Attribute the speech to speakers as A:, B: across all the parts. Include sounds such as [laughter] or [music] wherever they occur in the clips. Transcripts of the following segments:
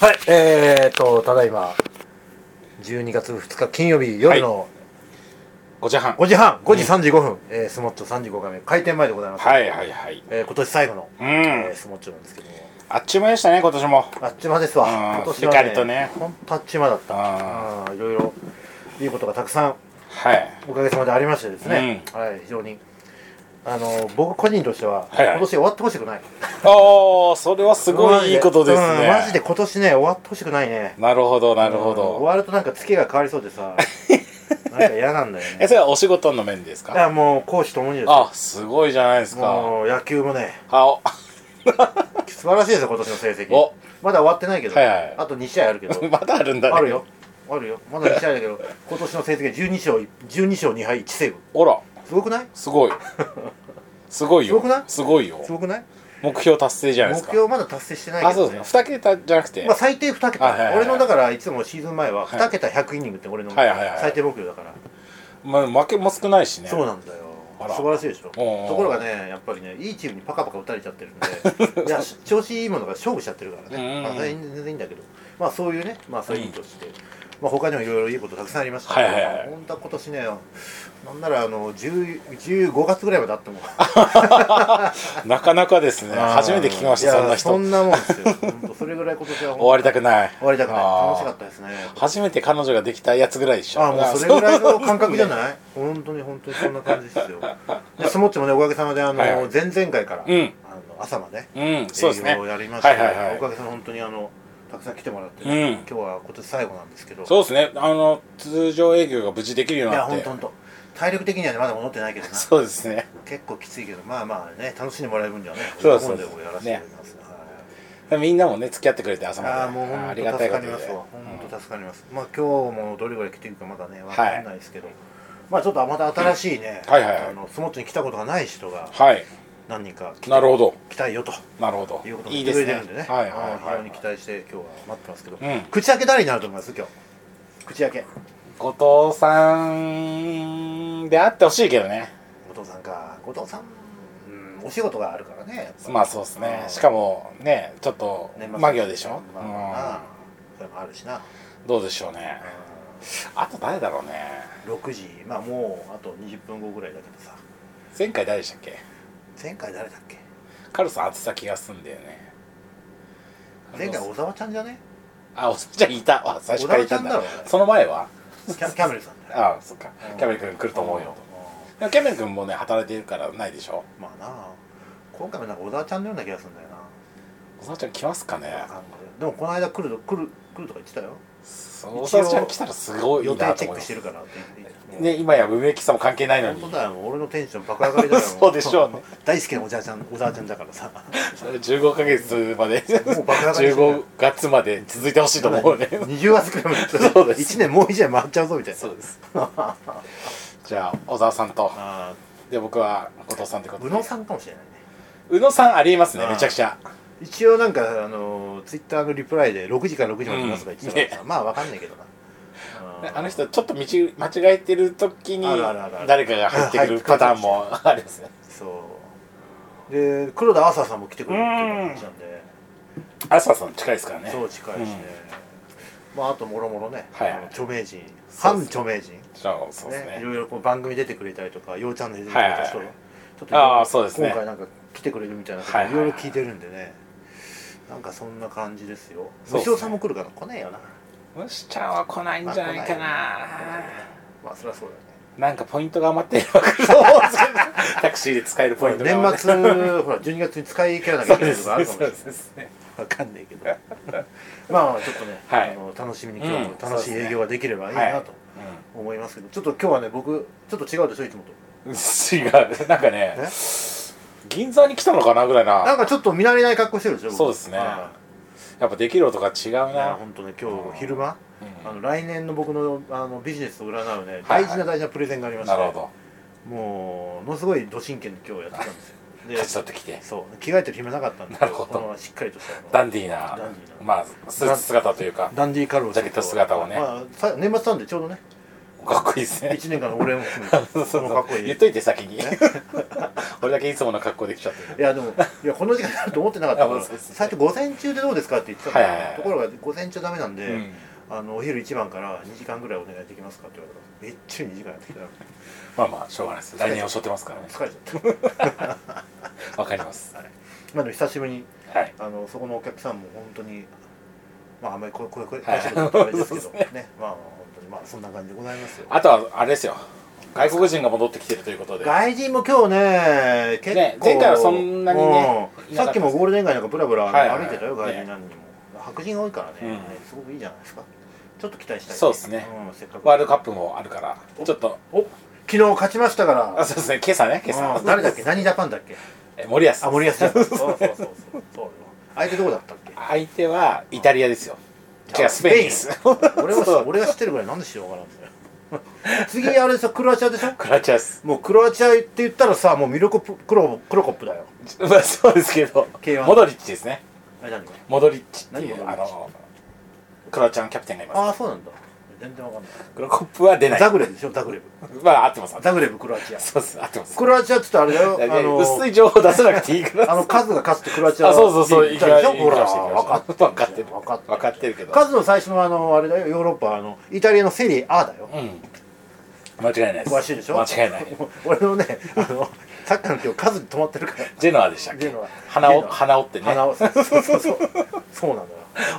A: はい、えーと、ただいま、12月2日金曜日夜の
B: 5時半
A: 5時半、5時35分、えースモッチョ35回目、開店前でございます。
B: はいはいはい
A: えー今年最後の、
B: うん
A: えースモッチョなんですけども、
B: あっちゅう間でしたね今年も
A: あっちまですわ、
B: うん
A: 今年
B: ゆかりとね
A: ほんとあっちまだった。
B: あ
A: うんいろいろいいことがたくさん
B: はい
A: おかげさまでありましてですね、はい、非常に。あの僕個人としては、
B: はいはい
A: 今年終わってほしくない
B: おおそれはすごいいいことで
A: う
B: す
A: ん
B: ね
A: マジで今年ね終わってほしくないね
B: なるほどなるほ
A: うん終
B: ど
A: わるとなんか月が変わりそうで
B: [laughs]
A: さなんか嫌なんだよね
B: えそれはお仕事の面です
A: い
B: か
A: やもう講師ともにですよ
B: あすごいじゃないですか
A: もう野球もね
B: あお
A: 素晴らしいですよ今年の成績
B: お
A: まだ終わってないけど、
B: はいはい
A: あと2試合あるけ
B: [laughs]
A: ど
B: まだあるんだね
A: あるよあるよまだ2試合だけど今年の成績は12勝12勝2敗1セーブ
B: おら
A: すごくない [laughs]
B: すごいすごい
A: す
B: よ
A: ごくない
B: すごいよ
A: すごくない
B: 目標達成じゃない
A: 目
B: ですか
A: 標まだ達成してない
B: あ
A: け
B: そう
A: ど、
B: です
A: ね
B: ね2桁じゃなくて
A: まあ、最低2桁、
B: はいはいはい
A: 俺のだからいつもシーズン前は
B: はい
A: 2桁100イニングって俺の
B: はいはいはい
A: 最低目標だから、
B: まあ負けも少ないしね
A: そうなんだよ
B: あら
A: 素晴らしいでしょと
B: おうおう
A: ころがねやっぱりねいいチームにパカパカ打たれちゃってるんで
B: [laughs]
A: いや調子いいものが勝負しちゃってるから
B: うんうんう
A: ね、
B: ん
A: まあ、それ全然いいんだけどまあそういうねまあそういうことして、まあ、他にもいろいろいいことたくさんありましたけど、
B: はいはいはい
A: 本当は今年ねなんならあの10 15月ぐらいまであっても
B: なかなかですね [laughs] 初めて聞きまし
A: い
B: た
A: や
B: そんな人
A: そんなもんですよ本当それぐらい今年は本当
B: [laughs] 終わりたくない
A: 終わりたくない
B: あー
A: 楽しかったですね
B: 初めて彼女ができたやつぐらいでしょ
A: ああもうそれぐらいの感覚じゃ
B: い
A: ない本当に本当にそんな感じですよでスモッチもねおかげさまであの、
B: はいはい
A: 前々回から、
B: うん
A: あの朝まで
B: うんそうです
A: 営
B: ね
A: 業をやりました
B: はいはいは
A: おか
B: い
A: げさまで本当にあのたくさん来てもらって、
B: うん
A: 今日は今年最後なんですけど
B: そうですねあの通常営業が無事できるよう
A: い
B: に
A: や
B: なっ
A: 本
B: て
A: 当本当体力的にはねまだ戻ってないけどな結
B: そうですね
A: 構きついけどまあまあね楽しんでもらえる分にはね
B: そうそう
A: 喜んでもやらせていただきます、はい
B: みんなもね付き合ってくれて朝まで
A: ああもう
B: あ
A: 本
B: りが
A: 当
B: たい
A: 助
B: こ
A: かりま
B: とで
A: すわ、本当助かります、まあ今日もどれぐらい来てるかまだね分かんないですけど、まあちょっとまた新しいね、
B: はいはいはい
A: あのスモッチに来たことがない人が
B: はい
A: 何人か来
B: なるほど
A: 来たいよと
B: なるほど
A: いうこと
B: い
A: 言
B: い
A: っ
B: で
A: て
B: す
A: く
B: ね
A: れてるんでね
B: はいはい
A: うん非
B: は
A: 常
B: い
A: に期待して今日は待ってますけど、
B: うん
A: 口開け誰になると思います今日口開け
B: 後藤さんであってほしいけどね
A: 後藤さんか後藤さん、うん、お仕事があるからねやっぱ
B: まあそうですね
A: うん
B: しかもねちょっと
A: 年末
B: 間際でしょ、
A: まあまあなそれもあるしな、
B: うんどうでしょうねあと誰だろうね
A: うん、6時まあもうあと20分後ぐらいだけどさ
B: 前回誰でしたっけ
A: 前回誰だっけ
B: カルさん暑さ気がすんだよね
A: 前回小沢ちゃんじゃね
B: あお [laughs] さちゃんいたあ最初からいたんだ
A: 小田原ちゃんだろ
B: その前は
A: キャキャメルさんだよ
B: あそっか
A: うん
B: キャメル君来ると思うよでもキャメル君もね働いてるからないでしょ
A: まあなあ今回もなんか小沢ちゃんのような気がするんだよな
B: おさちゃん来ますかね
A: わかんないでもこの間来ると来る来るとか言ってたよ
B: そうおさちゃん来たらすごい
A: 予
B: いな
A: 定
B: と
A: チェ
B: 思
A: ック
B: いま
A: して
B: す
A: るからって言って
B: ね今や梅木さんも関係ないの
A: 本
B: に
A: 当だよもう俺のテンション爆上がりだよ
B: そうでしょうね
A: [laughs] 大好きなおじゃちゃん小沢ちゃんだからさ
B: 15ヶ月まで [laughs]
A: もう爆上がりしてる
B: 15月まで続いてほしいと思
A: [laughs]
B: うね
A: 20月くらいまで
B: そうです
A: 1年もう1年回っちゃうぞみたいな
B: そうです [laughs] じゃあ小沢さんと
A: あ
B: で僕は後藤さんってこ
A: ー
B: と
A: 宇
B: で
A: 野さんかもしれないね
B: 宇野さんありえますね
A: あー
B: めちゃくちゃ
A: 一応なんかあのツイッターのリプライで6時から6時までいますとか言ってたからさ、まあわかんないけどな
B: ね
A: うん
B: あの人ちょっと道間違えてる時に
A: あるあるあるある
B: 誰かが入ってくるパターンもありますね
A: そうで黒田朝さんも来てくれるっていう話なんで、
B: 朝さん近いですからね
A: そう近いしね、まああともろもろね、
B: はいはい
A: あの著名人
B: そう
A: 反
B: ですね
A: 著名人
B: そうそうです
A: ねい
B: ね
A: ろいろこう番組出てくれたりとか「ようチャンネル」出てくれた人が、
B: はいはいはい
A: ちょっ
B: ああそうですね
A: 今回なんか来てくれるみたいなこと
B: は
A: い
B: いはい
A: ろ
B: はい
A: ろ
B: い
A: 聞いてるんでね、なんかそんな感じですよ
B: そうですね
A: 武将さんも来るかな来ねえよな
B: むしちゃんは来ないんじゃないかな、
A: まあそりゃそうだよね
B: なんかポイントが余ってるのかなと思うんですけ [laughs] どタクシーで使えるポイントが余
A: 年
B: って
A: 末 [laughs] ほら12月に使い切らなきゃいけないとかあ
B: る
A: る
B: そ
A: か
B: う
A: もし
B: で
A: れ
B: すね
A: ない
B: そう
A: わ
B: ですね
A: かんないけど [laughs] まあちょっとね、
B: はい
A: あの楽しみに今日も
B: うん
A: 楽しい営業ができればいい
B: はい
A: なと思いますけど、ちょっと今日はね僕ちょっと違うでしょいつもと
B: うん違うなんかね
A: え
B: 銀座に来たのかなぐらい
A: なん
B: な
A: かちょっと見慣れない格好してるでしょ僕
B: そうですね
A: は
B: やっぱできる音が違う
A: いいや
B: な
A: 本当ね今日昼間、
B: うん
A: あの来年の僕のあのビジネスを占うね
B: は
A: 大
B: い
A: 事な大事なプレゼンがありまして、
B: なるほど
A: もうものすごいど真剣に今日やってたんですよで
B: 勝ち取ってきて
A: そう着替えてる暇なかったんで
B: なるほど
A: このしっかりとしたあの
B: ダンディー
A: ダ
B: な
A: ンディーな
B: まあスーツ姿というか
A: ダンディーカルを
B: ジャケット姿をね
A: まあ、さ年末なんでちょうどね
B: かっこいいですね
A: 1年間の俺も含め
B: [laughs] そうそう
A: もうかっこいい
B: 言っといて先に [laughs] 俺だけいつもの格好できちゃって
A: いやでもいやこの時間になると思ってなかったか
B: [laughs] あ
A: ら
B: そうですね
A: 最初午前中でどうですかって言ってたか
B: はいはいは
A: ら
B: い
A: ところが午前中ダメなんで、
B: うん
A: あのお昼1番から2時間ぐらいお願いできますかって言われたらめっちゃ2時間やってきたら
B: まあまあしょうがないです来年を背負ってますからね
A: 疲れちゃっ
B: [laughs] わかります
A: た、はい、まあでも久しぶりに
B: はい
A: あのそこのお客さんも本当にまああんまりこうこうこういう
B: はい
A: 大したこと言うとあれですけどねまあ本当にまあそんな感じでございますよ
B: あとはあれですよ外国人が戻ってきてるということで
A: 外人も今日ね結構
B: ね前回はそんなにね
A: うん
B: い
A: さ
B: なかった
A: っきもゴールデン街なんかブラブラ
B: はいはいは
A: 歩
B: い
A: いてたよ、
B: ね
A: 外人何人も、白人が多いからね、
B: うん
A: ねすごくいいじゃないですかちょっと期待したい
B: そうですね
A: うん、せっかく
B: ワールドカップもあるからちょっと
A: お昨日勝ちましたから
B: あそうですね今朝ね今
A: う
B: 朝
A: ん誰だっけ何ジャパンだっけ
B: え森保
A: あ森保ジャパンそうそうそうそうそうよ相手どこだったっ
B: [laughs]
A: け
B: 相手はイタリアですよ違うスペインです
A: 俺
B: そ
A: は
B: う
A: 俺が知ってるぐらいなんでしようかなんだよ [laughs] 次あれさクロアチアでしょ
B: [laughs] クロアチアです [laughs]
A: もうクロアチアって言ったらさもうミルコプクロクロコップだよ
B: まあそうですけど
A: K1
B: モドリッチですね
A: あれ何
B: モドリッチってい
A: 何モ
B: う
A: ド
B: あ
A: リッチ
B: のクロアチアのキャプテンがいます
A: ああそうなんだ全然わかんない
B: クロコップは出ない
A: ザグレブでしょザグレブ
B: まあ合ってます合って
A: ザ
B: ま
A: グレブクロアチア
B: すそうです合ってます
A: クロアチアっつったらあれだよ
B: [laughs] いや
A: あ
B: いや
A: の
B: 薄い情報出さなくていいから
A: あのカズが勝つってクロアチア
B: あそうそうそう
A: 行ったでしょ
B: 行
A: ほ
B: きま
A: ら
B: した行きました
A: 分かってる
B: 分
A: 分か
B: かっ
A: ってて
B: る分かってるけど
A: カズの最初のあのあれだよヨーロッパあのイタリアのセリエ A だよ
B: うん間違いないです
A: 詳しいでしょ
B: 間違いない
A: [laughs] 俺のねあのサッカーの今日カズに止まってるから
B: ジェノアでしたっけ
A: ジェノア
B: 鼻
A: ジェ
B: を
A: ノア
B: 鼻折ってね
A: 鼻をそうそうそうそうなのよ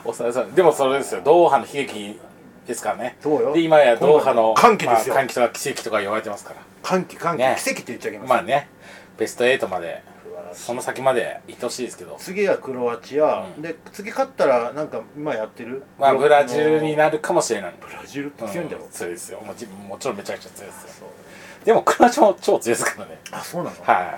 B: おささんでもそれですよドーハの悲劇ですからね
A: そうよ
B: で今やドーハ
A: 今度は
B: の
A: 歓喜ですよ
B: まあ歓喜とか奇跡とか言われてますから
A: 歓喜歓喜、
B: ね
A: 奇跡って言っちゃいけません、
B: まあねベスト8まで
A: 素晴らしい
B: その先まで行ってほしいですけど
A: 次はクロアチア、
B: うん
A: で次勝ったらなんか今やってる
B: まあブラジルに
A: ブ
B: なるかもしれない
A: ラジルって強いんだよ、
B: う強いですよもちもちろんめちゃくちゃ強いですよでもクロアチアも超強いですからね
A: あそうなの、
B: は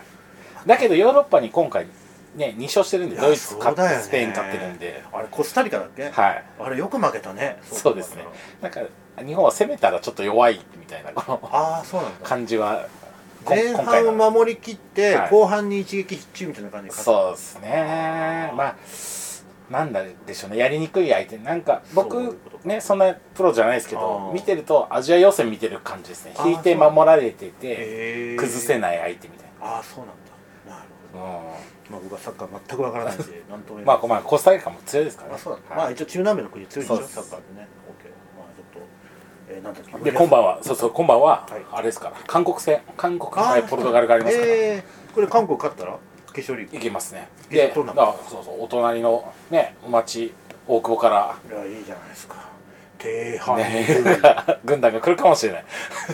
B: いだけどヨーロッパに今回ね2勝してるんで
A: いや
B: ドイツ勝っ
A: そうだ
B: て
A: よね
B: スペイン勝ってるんで
A: あれコスタリカだっけ、
B: はい
A: あれよく負けたね
B: そうですねなんか日本は攻めたらちょっと弱いみたいなこの
A: ああそうなんだ
B: 感じはこん
A: 前
B: 今回
A: 半
B: の
A: を守りきって、
B: はい
A: 後半に一撃必中みたいな感じで勝っ
B: そうですねまあなんだでしょうねやりにくい相手なんか
A: そうい
B: 僕
A: うことか
B: ねそんなプロじゃないですけ
A: あ
B: ど
A: ー
B: 見てるとアジア予選見てる感じですね
A: あー
B: 引いて守られてて
A: て
B: 崩せ
A: い
B: ない相手みたい
A: ああそうなんだなるほど、
B: な、
A: まあ、僕はサッカー全くわからないん
B: [laughs]
A: で何とも言
B: うん、
A: え
B: ま
A: な
B: あ
A: い
B: こまあコスタリカも強いですから
A: あ
B: ね
A: そうなんだま
B: は
A: あ
B: い
A: 一応中南米の国強いんでし
B: そう
A: ょ
B: です
A: サッカーでね OK まあちょっと、えー、なんだっけ
B: で今晩はそうそう今晩は
A: はい
B: あれですから韓国戦韓国
A: あ
B: 対ポルトガルがありますから、
A: えーこれ韓国勝ったら決勝リーグ
B: いけますね
A: いや
B: で
A: そうな
B: だ
A: ん
B: か
A: だ
B: らそうそうお隣のね町大久保から
A: いやいいじゃないですか低反
B: ね [laughs] 軍団が来るかもしれない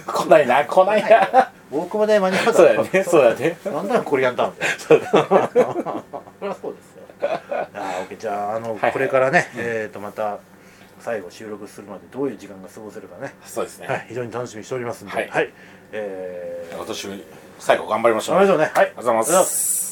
B: [laughs] 来ないな来ないな
A: 大久保で間に合った
B: そうだよねそうだよね
A: なんだよこれやったんだよ
B: そうだ
A: そりゃそうですよあー OK じゃああの、
B: いはい
A: これからね、えっ、とまた最後収録するまでどういう時間が過ごせるかね、
B: そうですね、
A: はい、非常に楽しみにしておりますんで
B: は
A: はいい、え
B: 今年最後頑張りまし
A: ー、
B: ょう
A: 頑張りましょうねはい
B: ありがとうございます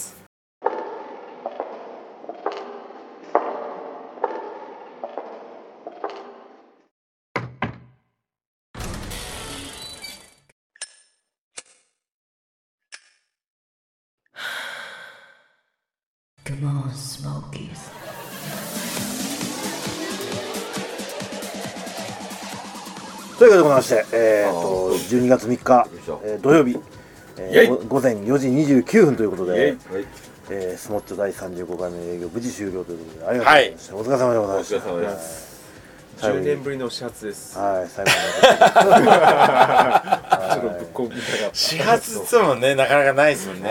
A: ということでございまして、えー、と12月3日、えー土曜日、えー
B: イェイ
A: ご午前4時29分ということで、
C: はい、
A: えースモッチョ第35回目営業無事終了ということでありがとうございました、お疲れ様でございました
C: お疲れ様です
A: 最後
C: 10
A: に
C: 年ぶりの始発 [laughs] です。
A: はい最後
C: ちょっとぶっこみたかっ
B: 始発つもねなかなかないですもんね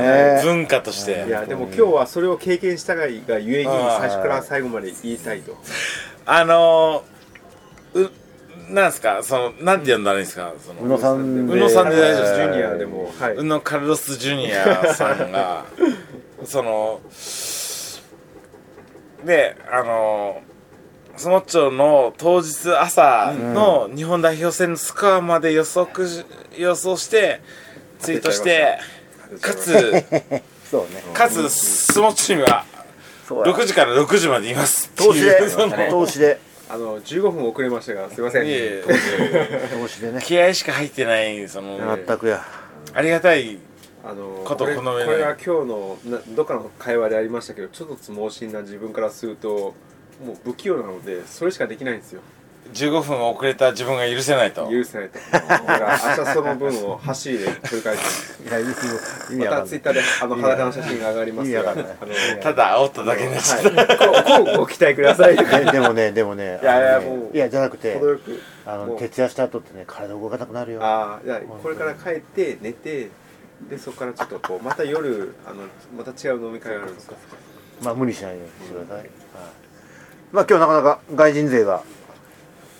A: ね
B: 文化として
C: た。いや、でも今日はそれを経験したがいがゆえに、
B: はい
C: 最初から最後まで言いたいと。
D: あのー、う、なんすか、その、なんて呼んだらいいんですか、その、
A: に宇野さんで
D: 宇野さんで大丈夫です
C: ジュニアでも、はい。
D: 宇野カルロス・ジュニアさんが、その、で、あのー、スモッチョの当日朝の日本代表戦のスコアまで予測し、予想して、ツイートして、かつ、
A: そうね
D: かつ、スモッチチームは
A: そうや
D: 6時から6時までいますっていう。
A: 投資で
D: その
A: 投資で
C: あの、15分遅れましたが、すいません。
D: いえいえ
A: 投資でね
D: 気合しか入ってない、その、
A: 全くや
D: ありがたい
C: あの
D: こと
C: これ
D: こ
C: こ
D: の上
C: れ
D: ない
C: が今日のなどっかの会話でありましたけどちょっとつ盲信な自分からするともう不器用なのでそれしかできないんですよ
B: 15分遅れた自分が許せないと
C: 許せないと。だから明日その分を走りで取り返す。
A: いや、意味意味
C: ま
A: わか
C: た
A: ん
C: ツ
A: な
C: イ
A: い
C: ッ。ターであの裸の写真が上がります
A: 意味わかんない
C: あの
B: ただ煽っただけになっちゃった
C: はい、こう、こうご期待くだ
E: [laughs]
C: さいとか。
A: えでもね、でもね、
C: いや
A: あのね
C: いやもう
A: いや、じゃなくて
C: 程、よく。
A: あ
C: も
A: の、
C: う
A: 徹夜した後ってね、体動かなくなるよ。
C: ああ、じゃあこれから帰って、寝て、で、そこからちょっとこう、また夜、あの、また違う飲み会があるんですよ。
A: まあ、無理しないようにしてください。はいまあ、今日なかなか外人勢が、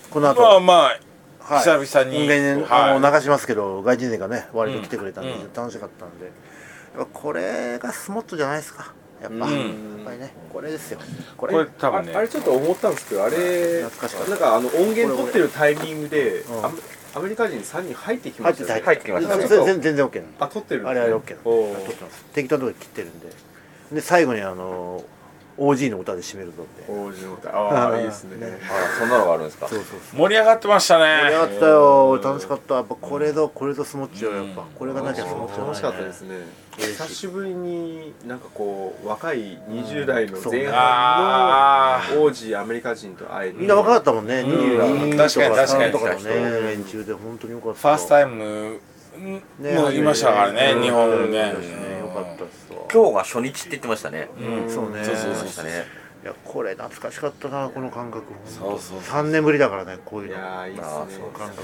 A: この後、
B: まあまあ
A: はい
B: 久々に
A: 音源
B: はい
A: あの流しますけど、外人勢がね、割と来てくれたんで、
B: うん
A: 楽しかったんで、やっぱこれがスモットじゃないですか。やっぱ、
C: うん
A: やっぱりね、これですよ。これ、
B: これ多分ね
C: ああれちょっと思ったんですけどあれ
A: 懐かしかった
C: なんかあの音源取ってるタイミングで、
A: うん
C: アメアメリカ人3人入ってきま
A: 入っ
C: してた
A: た
C: よ
A: 入
C: ね
E: 入
A: っ
E: ってて
A: き
E: き
A: ま
E: ま
A: し
E: したた
C: ね
A: 全然 OK なの。
C: あ撮ってるんです
A: あ
C: ね
A: れは OK な
C: お
A: の。
C: ー
A: 撮ってます適当なとこで切ってるんで。で、最後にあの、OG の歌で締めるぞって。
C: おー地元ああいいですね
E: あそんなのがあるんですか
A: そうそうそう。
B: 盛り上がってました
A: 盛り上
B: ね
A: がってたよ。楽しかった。やっぱこれぞ、これぞスモッチよ。やっぱ
B: うん
A: これがなきゃスモッチじゃないね。
C: 楽しかったですね
A: 嬉しい
C: 久しぶりになんかこう若い20代の
A: そう
C: 前半
B: あ
C: の王子アメリカ人と会えて
A: みんな若かったもんね。
B: うん
A: 22
B: 確かに
A: とか
B: 確か
A: 3
B: に
A: とかのね、連中で本当に良かった。
B: ファーストタイム
A: ね
B: もういましたからね
A: うん
B: 日本ね
A: 良かったですわ。
E: 今日が初日って言ってましたね
B: うん
A: そうね。
B: そうそう
E: 言って
B: そう
E: ましたね
A: いやこれ懐かしかったなこの感覚。
B: そうそうそう
A: 三年ぶりだからねこういう
C: い
A: の。
C: やーいいですね
A: 感覚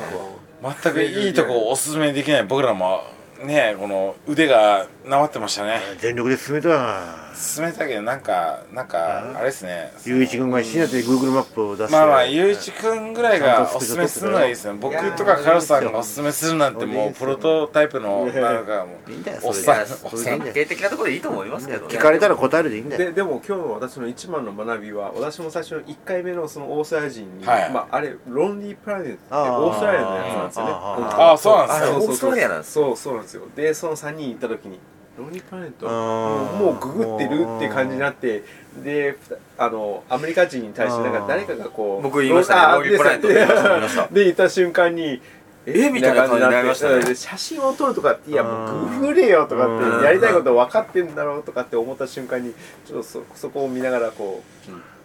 A: は
B: 全くいいとこをおすすめできない僕らもねこの腕がなまってましたね
A: 全力で進めたな。
B: 進めたけどなんかなんかあれですね
A: ゆういち君が一緒になって Google マップを出して。
B: まあまあゆういちくんぐらいがおすすめするのはいいですね僕とかカロさんがおすすめするなんてもうプロトタイプのなんかもう
A: いいんだよそ
B: お
A: れ
B: っ
A: で
B: さん
A: それ
B: おっ
A: で
B: さん
E: 典型的なところでいいと思いますけどね
A: 聞かれたら答えるでいいんだよ。
C: ででも今日の私の一番の学びは私も最初1回目のそのオーストラリア人に、
B: はい
C: まあ、あれロンリープラネットって
A: あー
C: オーストラリアのやつなんですよね
A: あー
C: 本当
B: あーそうなんです
E: か
C: そうそうそう
E: オーストラリアなんです
C: そうそうなんですよでその3人行った時にロンリープラネット
A: あー
C: もうググってるっていう感じになってでふたあのアメリカ人に対してなんか誰かがこう
E: 僕言いましたね
C: あー
E: ロンリープラネットって言いました言いました
C: で言った瞬間に
E: えみたいな感じになりましたね
C: で写真を撮るとかっていやも
A: う
C: うんググれよとかっ
E: うん
C: てやりたいこと分かってんだろうとかって思った瞬間にちょっとそそこを見ながらこ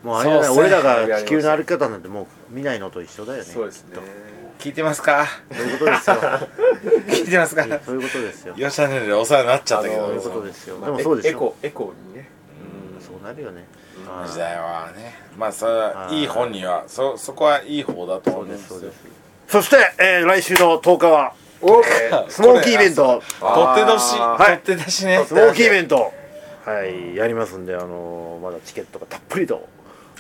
C: う、
A: もうあれだね
B: そうそう
A: 俺らが地球の歩き方なんてもう見ないのと一緒だよね。
C: そうですね
B: 聞いてますか [laughs]
A: きっと。そういうことですよ。
B: 聞いてますか [laughs]
A: そういうことですよ。
B: よっしゃねでお世話になっちゃったけ
C: あ
A: そう
C: の
A: い
B: ど
A: う
C: ー
A: ことですよ。
C: まあ
A: でもそうで
C: エ
A: しょ。
C: コエコにね
A: そうなるよね。あ
B: 時
A: ー
B: 代はねまあそれはいい本にはそそこはいい方だと
A: そ
B: 思
A: ううん
B: で
A: ですそ
B: す
A: う
B: よ
A: です。そしてえー来週の10日は
C: お
A: スモーキーイベント。
B: 取って出し
C: あ
B: 取って出しね
A: スモーキーイベント。はいやりますんであのーまだチケットがたっぷりと。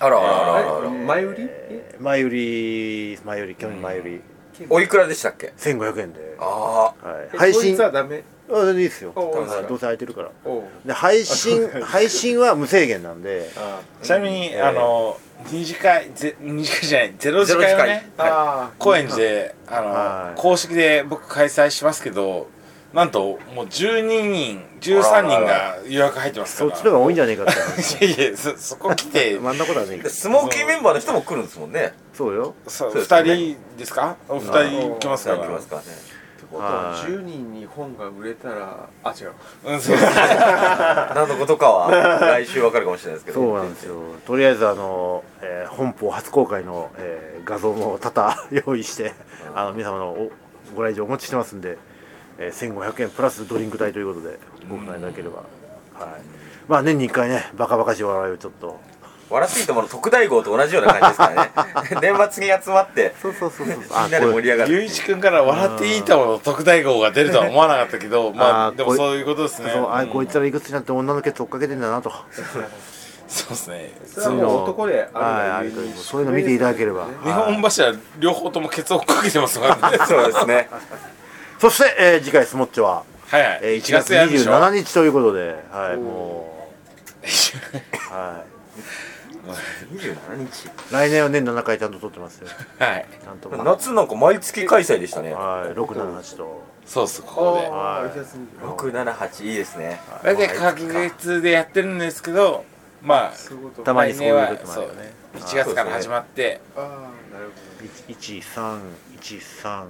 E: あらあらあらあら
C: 前売りえ
A: えー前売り前売り去年前売り
E: おいくらでしたっけ
A: 1500円で、
E: あ
A: はい、
C: え
A: 配
C: 当
A: 信
C: 日はダメ
A: あいいですよ
C: あそうですか
A: はいどうせ空いてるから
C: おう
A: で配信配信は無制限なんで
C: あ
B: ちなみに、あの二次会ぜ二次会じゃないゼロ
E: あ
B: 次会をね
C: ーあー
B: 高円寺であの、
A: はい
B: 公式で僕開催しますけどなんともう12人13人が予約入ってますか
A: そ
B: ら
A: っちの方が多いんじゃねえかって話
B: [laughs] いやいやそそこ来
A: [laughs]
B: て
A: 真ん中だね
E: でスモーキーメンバーの人も来るんですもんね
A: そうよ
B: そう
E: そうです
B: 2
E: よね
B: 人ですかお二人来ますから
E: さあ行きますからね
C: ってことは
A: はい
C: 10人に本が売れたらあ違う
B: うんそうです
E: 何のことかは
A: [laughs]
E: 来週わかるかもしれないですけど
A: そうなんですよとりあえずあの、えー本邦初公開の、えー画像も多々用意してあの皆様のおご来場お持ちしてますんで、えー1500円プラスドリンク代ということでご負担いただければ、はいまあ年に1回ねバカバカしい笑いをちょっと
E: 笑っていいともの特大号と同じような感じで
A: [laughs]
E: すからね年末に集まって
A: そうそうそうそうみん
E: みんなで盛り上が
B: 龍
E: る
B: 一君から笑っていいともの特大号が出るとは思わなかったけどまあ
A: あー
B: でも
A: こい
B: そういうことですね
A: そうあ
B: うん
A: こいつらいくつになって女のケツ追っかけてんだなと
B: そうですね
C: それはもう男であ
A: はい
C: るが
A: はい
C: ゆえに
A: そういうの見ていただければ
B: 日本柱両方ともケツを追っかけてますからね
E: そうですね
A: そして、えー次回スモッチは、
B: [laughs] はいはい、
A: えー
B: 1
A: 1
B: 月
A: 月
B: やるでしょ
A: 27日ということではいもう、は
E: 27日
A: い、来年は年7回ちゃんと撮ってますよ
B: [laughs] はい
A: ちゃんと [laughs] もう
E: 夏なんか毎月開催でしたね
A: はい678と
B: そうっすここで
C: ああ
A: はい
C: 1月に
E: 678いいですね
B: 大体各月でやってるんですけどまあ
C: そういうこと
A: たまに
B: 来
A: そうい
B: 年は
A: う時もあ
B: そ
A: る
B: う
A: よね
B: 1月から始まって
C: ああなるほど
A: 1313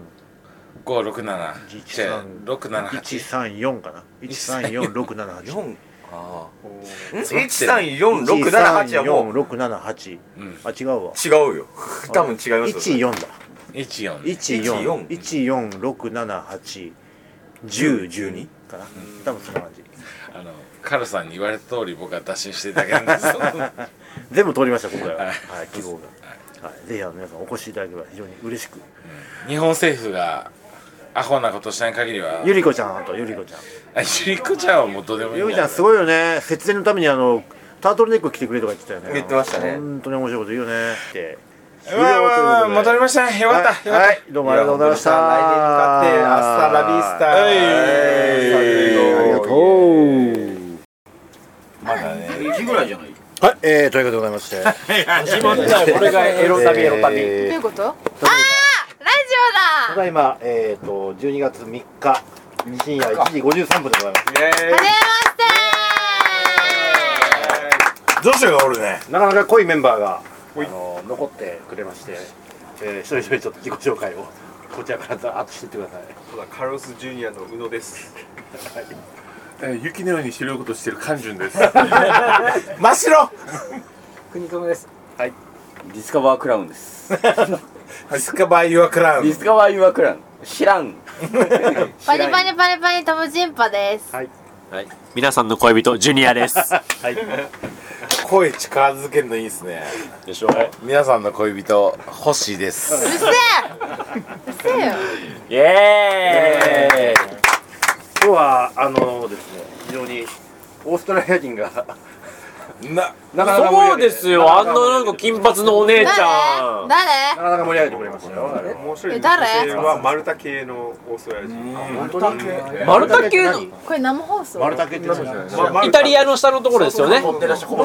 B: 567
A: 1 3 1 3 4かな13467
E: 4
F: あ
C: お
F: あん13468はもう
A: 13678、
B: うん
A: あ違うわ
F: 違うよ多分違いますよ
A: 14だ
B: 14
A: 14
F: 14
A: 14678 10 12かな、多分そんな感じ
B: あのカルさんに言われた通り僕は打診していただけなん [laughs] ですけど
A: 全部通りました今回は、はい、記号が、はい、ぜひあの皆さんお越しいただければ非常に嬉しく
B: 日本政府がアホなことしない限りは
A: ゆりこちゃんあとゆりこちゃん
B: あゆりこちゃんはもうどうでもいい
A: ゆみちゃんす
B: い
A: ごいよね節電のためにあのタートルネック着てくれとか言ってたよね
F: 言ってましたね
A: 本当に面白いこと言うよねって
B: うわうわうわ戻りましたねよかった、
A: はいはいどうもありがとうございました
C: 来年に向かってアスタラビスタ
B: はい
A: ありがとう
B: まだね
F: 1ぐらいじゃない
A: はいえー、ということでございまして
E: 決まったよこれがエロ旅エロ旅、
A: え
G: どういうことあーラ
A: た
G: ジ
A: だいま、えー、と12月3日深夜1時53分でございます
G: オだはじめまして
F: どうしてか俺ね
A: なかなか濃いメンバーがあの残ってくれまして、えー、一人一人ちょっと自己紹介をこちらからざーっとしていってください
C: そうだカルロスジュニアの宇野です
H: えー雪のように白いことしてるカンジュンです。
E: 真っ白
A: はい
I: ディスカバークラウンで
B: [laughs]
I: す。
E: ディスカバー・ユア・クラウ
I: ディ
E: ン
I: スカバーユアクラウン。知らん。
G: パニパニパニパニタムジンパです
A: はい
J: 皆さんの恋人ジュニアです。
E: 声力づけるのいいですね
J: でしょう。
B: 皆さんの恋人星です
G: うるせえうるせえよ
I: イエーイ。
A: 今日はあのですね非常にオーストラリア人が
E: な
A: なかなか盛り上
I: そう
A: げ
I: で
A: て
I: すよ。あんななんか金髪のお姉ちゃ
G: 誰
I: ん。
G: 誰
A: なかなか盛り上げてくれましたよあれ
C: 面白い
G: え誰
C: 女性はマルタ系のオーストラリア人
A: 本当に
I: 丸竹系の
G: これ生放送
A: 丸竹って何
C: まマ
I: イ
C: ル
I: タ
C: タ
I: リアの下のところですよね。
A: の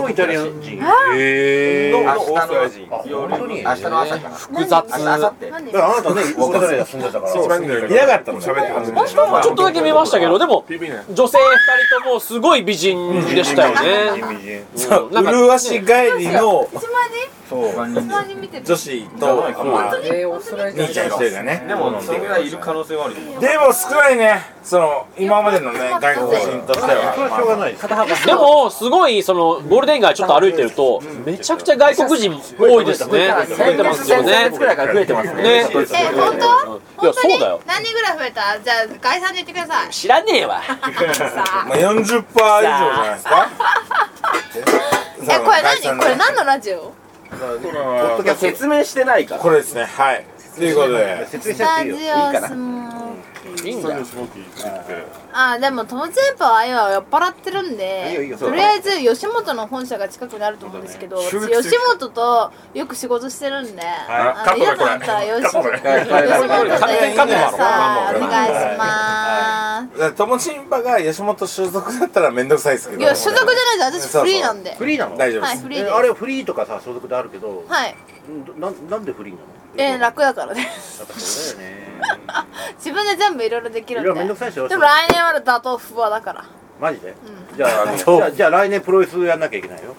A: イタリア人
C: のオーストラリア人
A: あ本当に
F: 明日の朝かな
I: 複雑。
A: だか
G: 何
A: らあなたねオーストラリア住んでたから
E: そう
A: そう
E: 見なかったの喋ってま
I: 本当はちょっとだけ見ましたけど、でも女性二人ともすごい美人でしたよね。そうなんか
E: 麗し帰りの
G: 一万人一万人見てる
E: 女子と、まあ、兄ちゃん一人がね
F: でもそれぐらいいる可能性はあるよ
E: でも少ないねその今までのね外国人として
A: それはしょう
E: は、
A: がないです
I: でもすごいそのゴールデン街ちょっと歩いてるとめちゃくちゃ外国人多いですね。増えてますよね。
F: くらいから増えてます
I: ね。
G: え本当
I: いや
G: 本当
I: そう
G: に
I: だよ。
G: 何人ぐらい増えたじゃあ概算で言ってください
I: 知らねえわ。
G: さあ
E: まあ、40%以上じゃないですか
G: えこれ何これ何のラジオ
I: 説明してないから。
E: これですねはいということで
A: 説明し
G: ス
A: ちゃっ
G: タ
A: てい
G: ジ
A: いよ
G: オスモー
I: いいんだよ。
G: あーでも友全部はあいは酔っ払ってるん
A: いいよいい
G: で
A: よ
G: とりあえず吉本の本社が近くにあると思うんですけど、私吉本とよく仕事してるんで、あの嫌だったら吉本吉本で呼んでくださいお願いし
E: だか
G: ま
E: らともちんぱが吉本所属だったら面倒くさいですけ
G: す
E: ど
G: いや所属じゃないです
E: そ
G: 私
E: うそう
G: フリーなんで
A: フリーなの
E: 大丈夫で
G: はい
E: す、
G: フリー
A: え
G: で
A: あれフリーとかさ所属であるけど
G: はい
A: んどなんなんでフリーなの
G: えー、楽だからね [laughs]
A: やっぱそうだよね
G: 自分で全部いろいろできる
A: い
G: んで
A: や
G: で
A: めんど
G: も
A: くさいでしょ
G: 来年は打倒不破だから
A: マジで、じゃあじゃあじゃあ来年プロレスやんなきゃいけないよ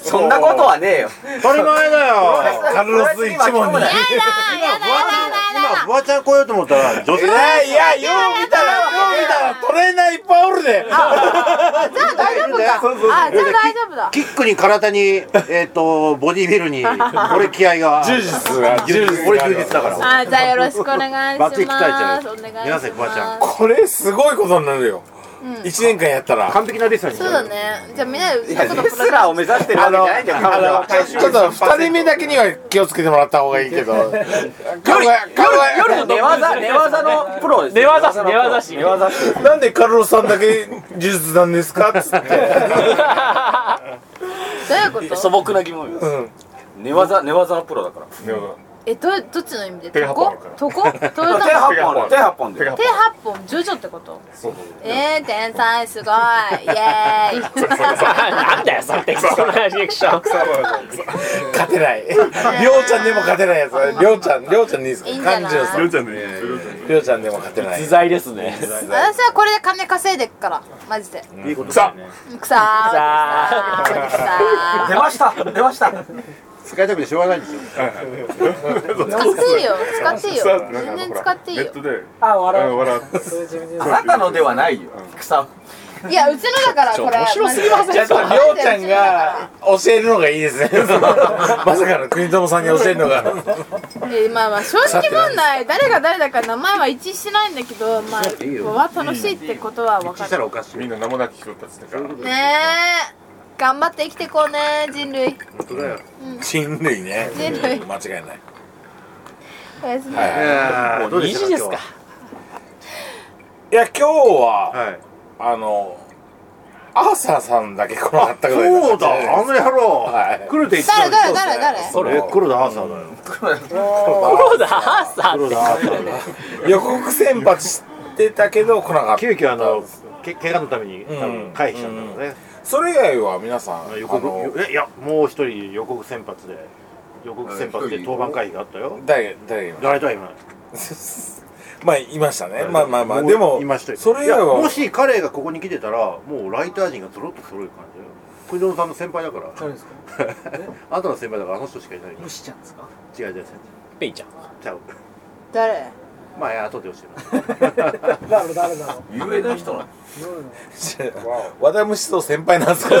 I: そんなことはねえよ。
A: 当たり前だよ
E: カルロス一問に
G: やだやだやだやだ
A: 今フワちゃん来ようと思ったら女
E: い
A: 性
E: やいやよう見たらよう見たらトレーナーいっぱいおるで
G: じゃあ大丈夫かあじゃあ大丈夫だ
A: キックに体にえっ、とボディビルに俺気合が
E: 充実が充実
A: 俺
E: があ
A: 充
E: る
A: 実だから
G: あじゃあよろしくお願いし
A: バ
G: ま
A: ッ
G: す。
A: チリ鍛えちゃう
G: お願いします。
A: やらせフワちゃん
E: これすごいことになるよ、一年間やったら
A: 完璧なレッサーに
G: そうだね。じゃあみんなでうちのこと
I: レスラーを目指してるわけじゃないんだよ。彼女は
E: ちょっと二人目だけには気をつけてもらった方がいいけど考え考え
I: 夜の寝技寝技のプロです。寝技師寝技師寝技師。
E: なんでカルロスさんだけ呪術なんで
B: [laughs]
E: すかっつって
G: どういうこ
I: 素
G: と？
I: 朴な疑問よ。寝技寝技のプロだから。
G: えどどっちの意味で？とことこ？トヨ
I: 手
G: タ
I: 八本手八本で。
G: 手八本ジョジョってこと？えー、天才すごいイエーイ。
J: なんだよ、その適当なリアクション。
E: 勝てないりょうちゃんでも勝てないやつりょうちゃんりょうちゃんでいいですか
G: いいんじゃない
E: 勘十さんり
H: ちゃんね。
E: ょうちゃんでも勝てない
I: 自在ですね。
G: 私はこれで金稼いでっからマジで。
A: いいこと
E: さ
G: くさーくさ
I: 出ました出ました。
A: 使いたくてしょうがないんですよ
G: ー。使っていいよ使っていいよ全然使っていいよ。
H: で。
I: あ笑う。
H: 笑
I: あなたのではないよ。草。
G: いやうちのだからこれ面白すぎませ
B: ちゃんとりょうちゃんが教えるのがいいですね
I: [laughs]
B: まさかの国友さんに教えるのが
G: えーまあまあ正直問題誰が誰だか名前は一致しないんだけどまあここは楽しいってことは分かる
K: おかしいみんな名もなき人たちだから
G: ねえ頑張って生きていこうね人類
B: 人類ね
G: 人類
B: 間違いない
G: おやすみ
A: もう2時ですか
B: いや今日は、
A: 今日ははい
B: あのアーサーさんだけ来なかったぐらいな
A: そう
B: 感じで
A: だあの野郎、
B: はい
A: 来るって言ってた
G: 誰
A: のに
G: 誰誰誰
A: それ黒田アーサーだよ
I: 黒田アーサー
A: 黒田アーサーだよ
B: 予告先発してたけど来なかった
A: 急遽あのけ怪我のために多分回避したんだろうね、
B: それ以外は皆さん
A: 予
B: あ
A: 告
B: の
A: えいやもう一人予告先発で予告先発で登板回避があったよ
B: 誰誰がいま
A: 誰とは今
B: すまあいましたねまあまあまあ
A: もう
B: でも
A: いましたよ
B: それ以外
A: いやも
B: [laughs] は
A: し彼がここに来てたらもうライター陣がゾロッと揃える感じだよ国友さんの先輩だから
L: 誰です
A: [laughs]
L: か
A: あなたの先輩だからあの人しかいないから
L: 虫ちゃんですか
A: 違う違う違う
I: ペイちゃん
A: ちゃう
G: 誰
A: まあいや後で教えます
C: だろう誰だろう
E: 有名な人なの
B: 和田虫と先輩なんですか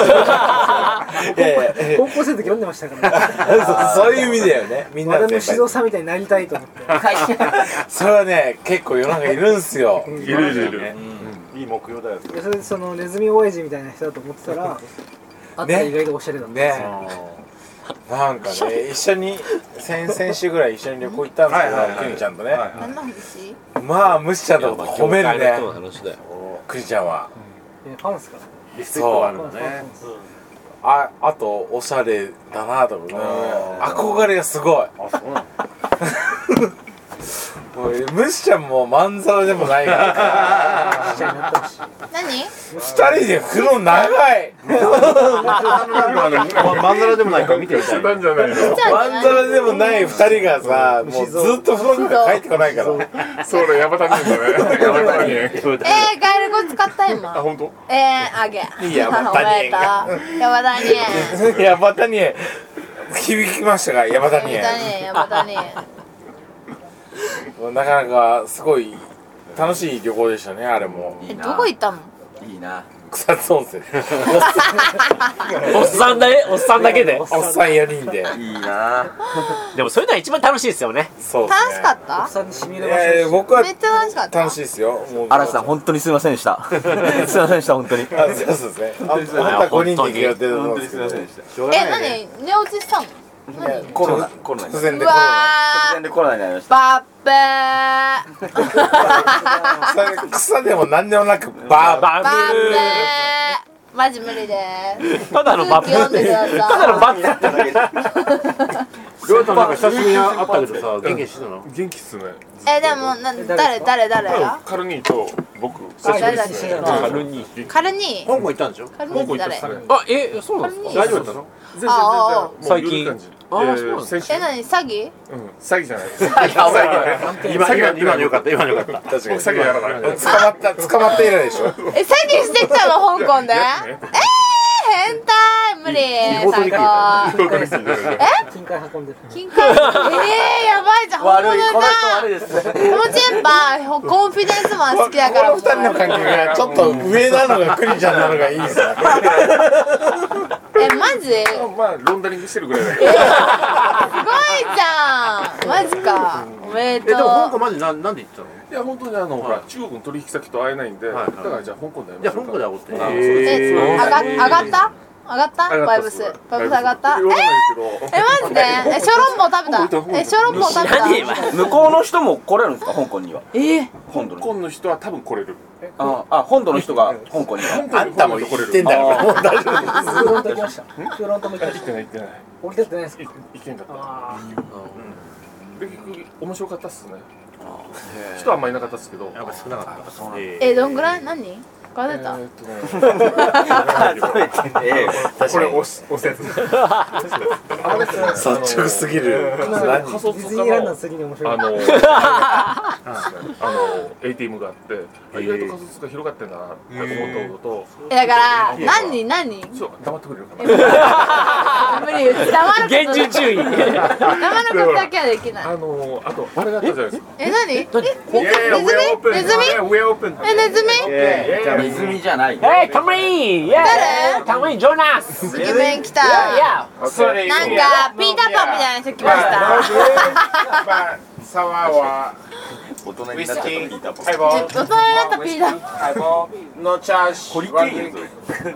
B: いやいやいや
C: 高校生の時読んでましたから、ね、
B: [laughs] そうそういう意味だよねみんな
C: 俺
B: の
C: の指
B: 先輩
C: 導さんみたいになりたいと思って
B: [laughs] それはね結構世の中いるんすよ
K: いるいるいる
A: いい目標だよ
C: いやそれでそのネズミ親父みたいな人だと思ってたらあったら意外とおしゃれだった、
B: ねなんかね一緒に先 [laughs] 々週ぐらい一緒に旅行行ったんですけど
K: はいはいはい
B: くにちゃんとね、
G: 何の話
B: まあ虫ちゃんのこと褒めるね
M: 話だよ
B: くにちゃんはい
C: やファンっすから
A: リスペクトがあるんだね
B: ああとおしゃれだなと思って憧れがすごい
A: あそうなの
B: [laughs] もうむしちゃんもまんざらでもない
K: [laughs]
B: から
C: 記者になってほしい
G: 何
B: 二人で服の長い
A: なんかあのままんざらでもないから見てみたい
K: なんじゃないの
G: じゃ
B: ま
G: あ
B: んざらでもない二人がさもうずっと風呂に帰ってこないから
K: そうだヤバタニだねヤバタニ
G: えー、ガエル語使った今
K: あ本当
G: えー、あげ
B: いや
G: [laughs]
B: またね
G: やばだに
B: [laughs] 山谷へ響きましたか山
G: や
B: 谷
G: ばだ
B: へ
G: にやばだに
B: なかなかすごい楽しい旅行でしたねあれも
G: えどこ行ったの
E: いいな
B: 草津温泉
I: おっさんだねおっさんだけで
B: おっさん4人で
E: いいな
I: でもそういうのは一番楽しいですよね
B: そうです
G: 楽
B: ね
G: しかった
C: さんに染み
B: い
C: 入れましょう
B: やいや僕は
G: めっちゃ楽しかった
B: 楽しいですよもう
E: 嵐さん本当にすみませんでしたすみませんでした本当に
B: あそうですね。あ、本当は五人で行く予定だったんですけど。
G: え、何寝落ちしたの何
B: コロナ、
E: コロナに
B: 突然
G: う
B: で
G: わ
B: コロナ。
E: 突然
G: ー
E: でコロナになりました
G: バッベー
B: 草草でも何でもなくバーバ
I: バブ
G: バッベ
I: ー
G: ーマジ無理です
I: ただのバブ
G: 空気読んでくだ
I: ー
G: さい
I: ただのバブー
A: りょうたなんか久しぶりに会ったけどさ元気してたの
K: 元気っすね
G: え、でも、な誰誰誰が
K: カルニーと僕
G: 誰だっけ
K: ルニー
G: カルニー
A: 香港行ったんでしょ
G: カルニーって誰カ
I: あえそうなん
G: ル
I: で
G: ニ
I: す
G: ー
I: か
A: 大丈夫だったの
K: 全然全然もう
I: 最近
K: 緩い感じ
I: あー
K: えー
I: そうなんだ
K: 先週
G: え、何詐欺
K: うん詐欺じゃないです
A: 今今今のよかった今のよかった
B: ー。確か
K: 僕詐欺やらない
B: に。捕まった捕まって以来でしょ。
G: え、詐欺してきたの香港でえー、変態無理最高
C: 金塊運んでる
G: 金塊えー、やばいじゃん本物だ
E: いですね
G: このチェンバーコンフィデンスマン好きだから
B: この二人の関係がちょっと上なのがクリちゃんなのがいいですね。
G: え、マジすごいじ
K: まあロンダリングしてるぐらいだけど
G: ゃんマジかおめ
A: え
G: で
A: でも香港
G: とう
A: までなんなんで行ったの
K: いや本当にあのほら中国の取引先と会えないんでだ
A: はいはい
K: からじゃあ香港で会いましょ
A: じゃあ
K: うか
A: 香港で会おうって
K: あ
A: へ
G: え、上が上がった上がった
K: 上が
G: バイ
K: った
G: ブ
K: っす
G: スバイブス上がった
K: バ
G: え
K: イブス上が
G: え、マジ [laughs] でえ、小籠包 [laughs] 食べたえ、小籠包食べ
I: 何
G: た
I: 今
E: 向こうの人も来れるんですか香港には
G: えー、
E: 本土
K: 香
E: の
K: 港の人は多分来れる
E: ああ本土の人が香港には
B: あんたも言ってんだ
E: あ
B: ろ。もう大丈
C: フロント行きましたフロントも行きま
K: 行
C: し
K: ってない行ってない
C: た降りてってないですか
K: い行けんかった
C: あ
K: で結局面白かったっすね人はあんまいなかったっすけど
A: やっぱ少なかったそうえ
G: え、どんぐらい何数えた
K: えーっとね
E: ええ
K: これおすおせつあのですね
B: 夫。率直すぎる。
C: あなんかディズニーランドの次に面白
K: あ
C: い
K: のあの ATM があってあ意外と仮想通貨広がってんだなって思ったこと
G: えだから何何
K: とちょっと黙ってくれるかな
G: あ無理うち黙る
I: 厳
G: こと
I: 重注意 [laughs]
G: 黙ることだけはできない
K: あのあとあれがあったじゃないですか
G: え何えネズミネズミ
K: We're open!
G: えネズミ
A: えじゃあみん
E: 泉じゃない。
I: Hey, come in! Yeah! Come in, join us!
G: イケメン来た
I: Yeah!
G: なんかピーターパンみたいな人来ました
B: まあ、サワーは
E: 大人
B: ウ
E: に
B: イ
E: な
B: ス
E: っ
B: キ
E: ちゃった
B: ー、ハイボー
G: 大人になったピーターパン
B: ル、ハイボール、ノーチャージ、
E: ホリケ
B: ワンドリ
E: ーン
B: ンク、500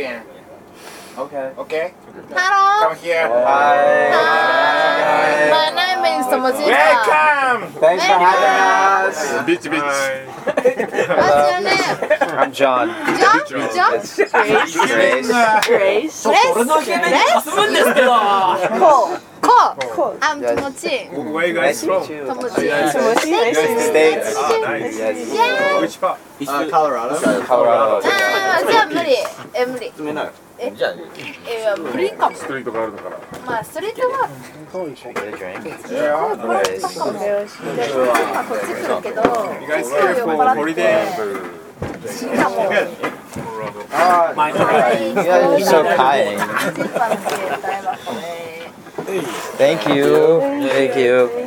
B: 円。Okay? Come
G: ハロー
B: here.
G: はい My name is 友近
B: Welcome!
G: Thanks for having us
K: Bitch, bitch.
G: What's your name?
E: I'm John.
G: ジョンジョン
E: [laughs]
I: Grace?
G: ちょっと俺のイケメンに
I: すむんですけど
G: こうこう I'm 友近
C: Where you guys from?
G: 友近 States
E: Oh,
G: Yeah
C: Which part?
E: Uh, Colorado.
G: あーじゃあ無理え無理
E: じゃあ、
G: えいや無理かも
K: ストリートがあるのから。
G: まあストリートはこれとかもでこっち来るけど
C: You guys here for holiday?
G: しかも
E: いや He's so kind.
G: ジーパンの携帯はこれ
E: Thank you. Thank you.
G: Yeah,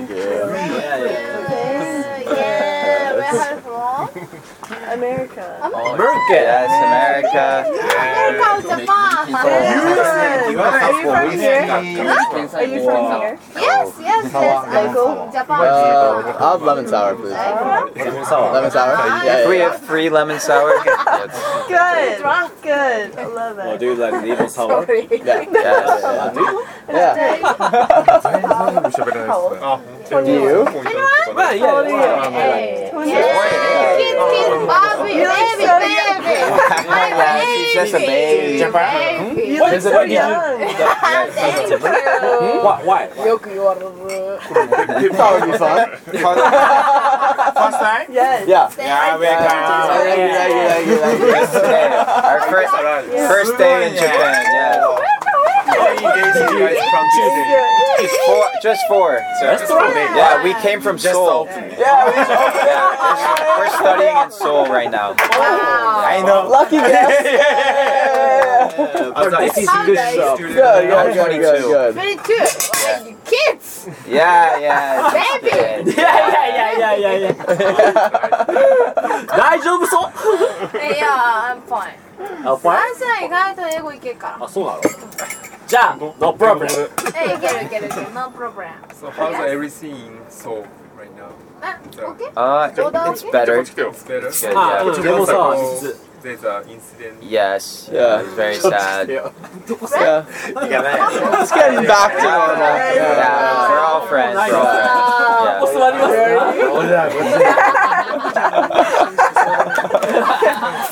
G: where are you from?
E: America. Yes, America.
G: America or Japan?
C: You guys are from
E: Are you from here?
G: Yes, yes, yes. I go Japan.
E: I'll have lemon sour, please.
G: I
E: Lemon sour. Lemon sour.
G: Ah.
E: Yeah, we have free lemon [laughs] sour. yeah,
N: Good. Good. I love it.
E: do like lemon sour. Yeah, yeah, [laughs] yeah. yeah. [laughs]
N: ど
E: Do you? Well, yeah.
G: Hey. Yeah. Kiss, kiss, Bobby, baby, baby. My
E: Yeah, she's just a
G: baby.
E: baby.
G: Baby.
N: You look so young.
G: Thank you.
I: Why? Why?
G: よく言われる。
E: That would be fun.
B: First time?
N: Yes.
E: Yeah.
B: Yeah, welcome.
E: Yeah, yeah, yeah, yeah, yeah, yeah. Our first first day in Japan. Yeah.
C: You guys from Tuesday.
E: Just four. Just four. So Yeah, we came from Seoul. Yeah, we yeah, we're studying in Seoul right now. I know. Lucky guess. yeah. I was like, this is
G: good stuff.
E: Good, good, good, good,
G: Very good. Why you Kids,
E: Yeah, yeah.
G: baby.
I: Yeah, yeah, yeah, yeah, yeah, yeah. 大丈夫そう
G: いや、I'm fine.
I: あ、ファイ
G: あんちゃん意外と英語いけるか
I: あ、そうなのじゃあ、no problem.
G: ら。え、いけるいけるいける。No problem.
C: So how's everything in Seoul right now?
G: あ、
E: Uh,
G: OK?
E: it's better.
K: こっち来てよ。
C: It's better?
E: It's good,
I: あ、
E: yeah.
I: でもさ、
C: There's an incident.
E: Yes. Yeah. It's very sad. Yeah.
G: It's
E: getting back to
G: normal.
E: Yeah. We're all friends. We're all friends.
I: お
E: Yeah.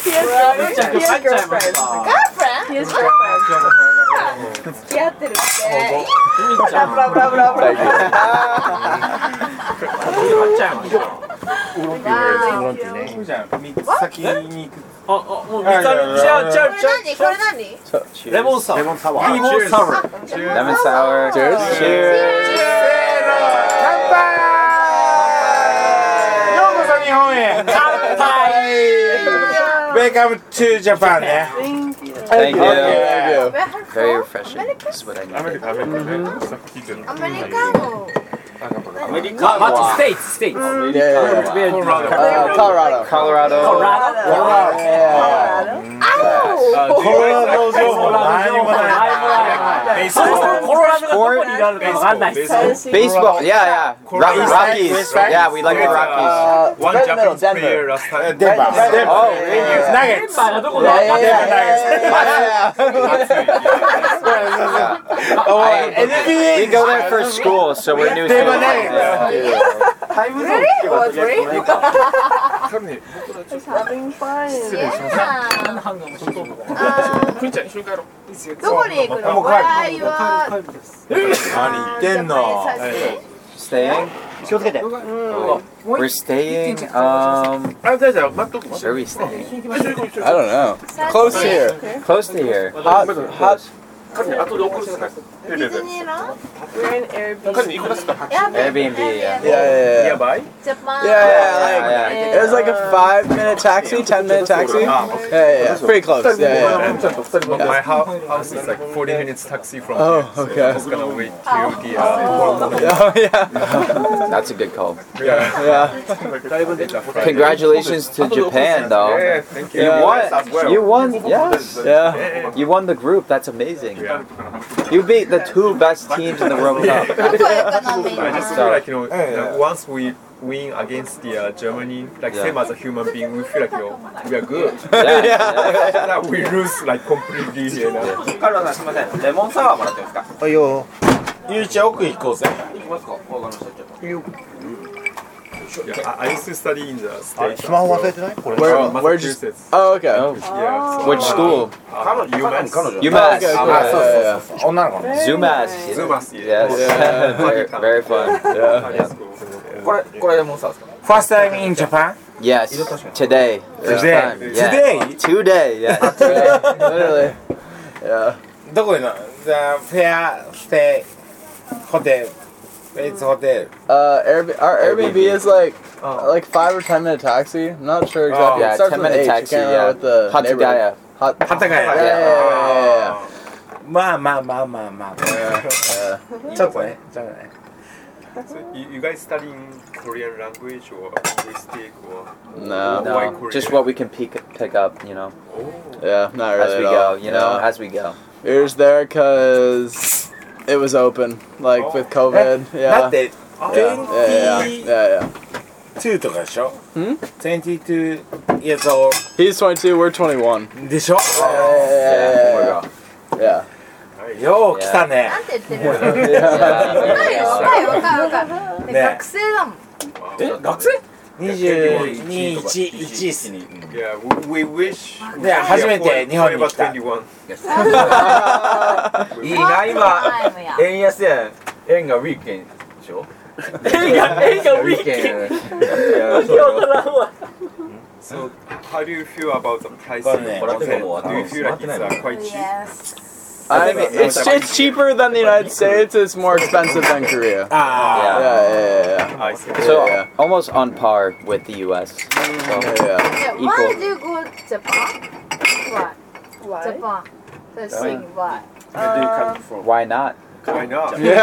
I: 座
N: He
I: りますか
N: has girlfriend. He has girlfriend. He has girlfriend.
G: 付き合ってるって。
N: Blah blah blah blah.
G: Cheers. これ何これ何
I: レモンサワー。レモンサワー。レモンサワー。
E: Lemon sour. Cheers. Cheers.
B: ようこそ日本へ乾杯 Welcome to Japan ね
E: Thank you.
B: Thank
G: Where are you
E: Very
G: from?
E: refreshing. That's what I needed.
K: アメリカね。さっき聞いてる。
G: アメリカの。
I: ま、まず、ステイツ、ステイツ。
E: Uh, Colorado. Colorado.
I: コロラド。
G: あ
B: コロラド情報何もない
I: そもそもコロラドがどこにあるかわかんないっす。
E: Baseball. Yeah, yeah. Rock, Rockies. Yeah, we like the Rockies.
C: One Japanese player last time.
B: デンバーデンバー
E: Oh, really?
B: ナゲッ
I: メン
B: ツ
I: バーがどこだ
E: Yeah,
I: か
E: yeah,
I: っ
E: yeah. I- We go there for school, so we're new. to it. Yeah.
K: さらに
N: He's having fun.
K: くんちゃん一緒に帰ろう。
G: どこに行くの Where are you? 何言ってんの
E: Staying?
A: 気をつけて
E: We're staying. Um,
K: あ、じゃあじゃあ待っとく。待っ
E: where are we staying?
K: とく一緒に行こう一緒に
E: don't know. Close to here. Close to here. Hot, hot.
K: 彼に後で送るっすね。
G: ディズニーランド We're in Airbnb.
I: Airbnb,
G: Yeah, yeah,
I: yeah.
G: yeah.
I: Nearby?
G: Japan.
K: Yeah, yeah, like, it was like a five minute taxi, ten minute taxi. Yeah, yeah, yeah. pretty close. Yeah, yeah, yeah.
C: My house, house is like 40 minutes taxi from
K: Oh,
C: here. so
K: okay.
C: I was gonna wait till the. Uh,
K: Oh yeah.
I: That's a good call.
C: Yeah.
K: Yeah.
I: Congratulations to Japan, though.
K: Yeah, thank you.
I: You
K: Yeah.
I: won. You won. Yes.
K: Yeah.
I: You won the group. That's amazing. You beat the two best teams in the World Cup.
C: I just feel like you know, like, once we win against the uh, Germany, like
I: Yeah.
C: same as a human being, we feel like you know, we are good.
I: [laughs]
C: [laughs]
I: Yeah.
C: Like, we lose like completely here. Now.
B: カルバさんすみませんレモンサワーもらっていいですか
A: あいよ
B: ゆうちゃん奥行こうぜ行きますかわかりましたちょっと
C: Yeah, I, I used to study in the
A: あ
C: states.
A: スマホ忘れてないこれ
C: Where,
A: Oh,
C: where just?
K: Oh, okay.
C: Yeah.
I: Which school?
C: Uh, UMass.
I: UMass.
C: Okay, okay,
I: Ah,
C: yeah, yeah,
I: so- so- so- 女の子ね Zumas.
C: Zumas.
I: Yes.
C: Yeah.
I: Very- [laughs] very fun. Yeah.
B: これこれレモンサワーですか
I: First time in Japan? Yes. Today. First
B: Today?
I: time, yeah. [laughs] Today. Yeah. Literally. Yeah.
B: どこでの The Fair Stay Hotel It's Hotel
K: Uh, Airb- our Airbnb, is like like five or ten minute taxi. I'm not sure
B: Oh.
K: exactly.
I: yeah,
K: it starts
I: 10
K: with an
I: minute
K: H.
I: taxi,
K: I can't remember
I: yeah.
K: what the
I: Hatagaya.
K: neighborhood- Hot-
B: Hatagaya.
K: Yeah, yeah, yeah, yeah, yeah.
B: まあまあまあまあまあちょっとねちょっとね
C: So you, you guys studying Korean language or linguistic or
I: No.
C: Why
I: no.
C: Korean? Oh.
I: Just what we can pick pick up, you know.
K: Yeah, not really.
I: As we
K: at
I: go,
K: all.
I: you know,
K: Yeah.
I: as we go.
K: We were just there because it was open, like with COVID.
B: Eh,
K: [laughs] Yeah.
B: not that-
K: Yeah, yeah, yeah, yeah, yeah, yeah.
B: 2とかでしょ ?22 years old
K: He's 22. We're 21.
B: でしょ
K: Yeah. Yeah. yeah.
B: よう来たね
G: なんて言ってる
K: yeah.
G: 若いよ若い若い若い。
B: ね
G: 学生だもん。
B: え学生 ?221 っすね
C: Yeah, we, we wish.
B: で初めて日本に来た
C: Anyone?
E: いいな今円安やん円がウィーケンでしょ
O: 円が円がウィーケン
E: ウィーケン
O: わからんわ
C: So, how do you feel about the price?
E: Well,
C: of
E: yeah,
C: hotel?
E: well,
C: Do you feel like it's uh, quite cheap?
K: I mean, it's it's cheaper than the United States. It's more expensive than Korea.
B: Ah.
I: Yeah.
K: Yeah, yeah, yeah.
C: I see.
I: So
K: Yeah.
I: almost on par with the U.S. So,
G: Yeah, Why do
I: Equal.
G: you go to Japan? Why? Why? Japan. The thing why?
I: Why not?
C: Why not?
I: Yeah,
K: [laughs] yeah,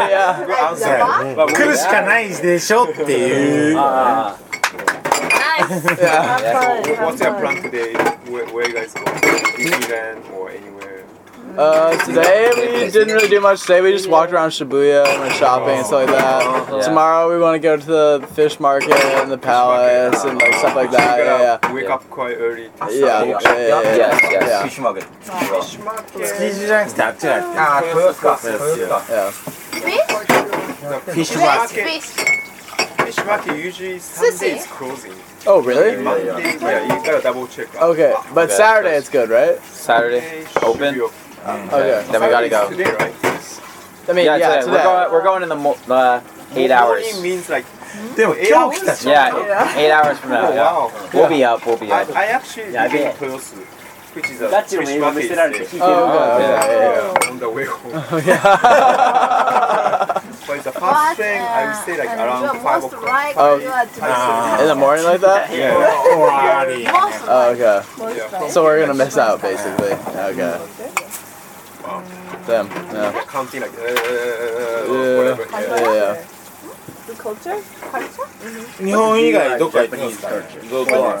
C: Ah,
G: Good
K: yeah.
C: [laughs]
G: answer.
B: 来るしかないでしょっていう
I: あ
C: What- What's your plan today? Where, where you guys go? Disneyland or anywhere?
K: Uh, today we didn't really do much. Today we just walked around Shibuya and went shopping and stuff like that.
I: Yeah.
K: Tomorrow we want to go to the fish market and the palace and like stuff like that.
C: you gotta
K: Yeah,
C: wake up quite early.
K: yeah, yeah, yeah, yeah, yeah,
I: Yes,
K: yeah.
I: yes.
K: yeah.
E: フィッシュマーケット
B: 築地じゃなくてあっちだって
E: ああ豊洲か
B: 豊洲
E: 豊洲か
K: yeah.
B: Fish
C: Fish,
G: Fish.
C: Fish market usually Sunday is closing.
K: Oh, really?
C: Monday, yeah, you gotta double check.
K: Okay, but
I: Yeah,
K: Saturday it's good, right?
I: Saturday open.
K: Okay.
I: Then we
C: Saturday's
I: gotta go.
C: Today, right?
K: I mean,
I: Yeah,
K: yeah,
I: today. We're
K: today.
I: going, we're going in the mo- uh, eight hours.
C: Morning means like
B: でも今日来たし
I: Yeah, eight hours from now.
C: Oh,
I: yeah.
C: wow.
I: We'll be up. We'll be
C: I,
I: up.
C: I actually
I: Yeah,
C: live in
I: yeah.
C: Toyosu, which is a
O: ガチの
C: fish
O: 英語見
C: market.
O: せられて聞いてる
K: Oh, okay,
C: Yeah,
K: okay, yeah, yeah.
C: on the way home.
K: [laughs] Oh, yeah.
C: [laughs] But the
G: What?
C: first thing I would say like
G: And you
C: around
G: are
C: five
G: most
C: o'clock.
G: like
K: Oh.
G: you are to
K: In the morning like
C: [laughs]
K: that?
C: Yeah.
B: 終わり
G: most
K: Oh, okay.
G: most
C: Yeah.
G: like.
K: So we're gonna miss out basically. Okay. Damn. Yeah.
C: Counting like uh,
K: Yeah.
C: whatever.
K: Yeah. yeah.
G: The culture? Culture?
B: 日本以外どっか行ってますか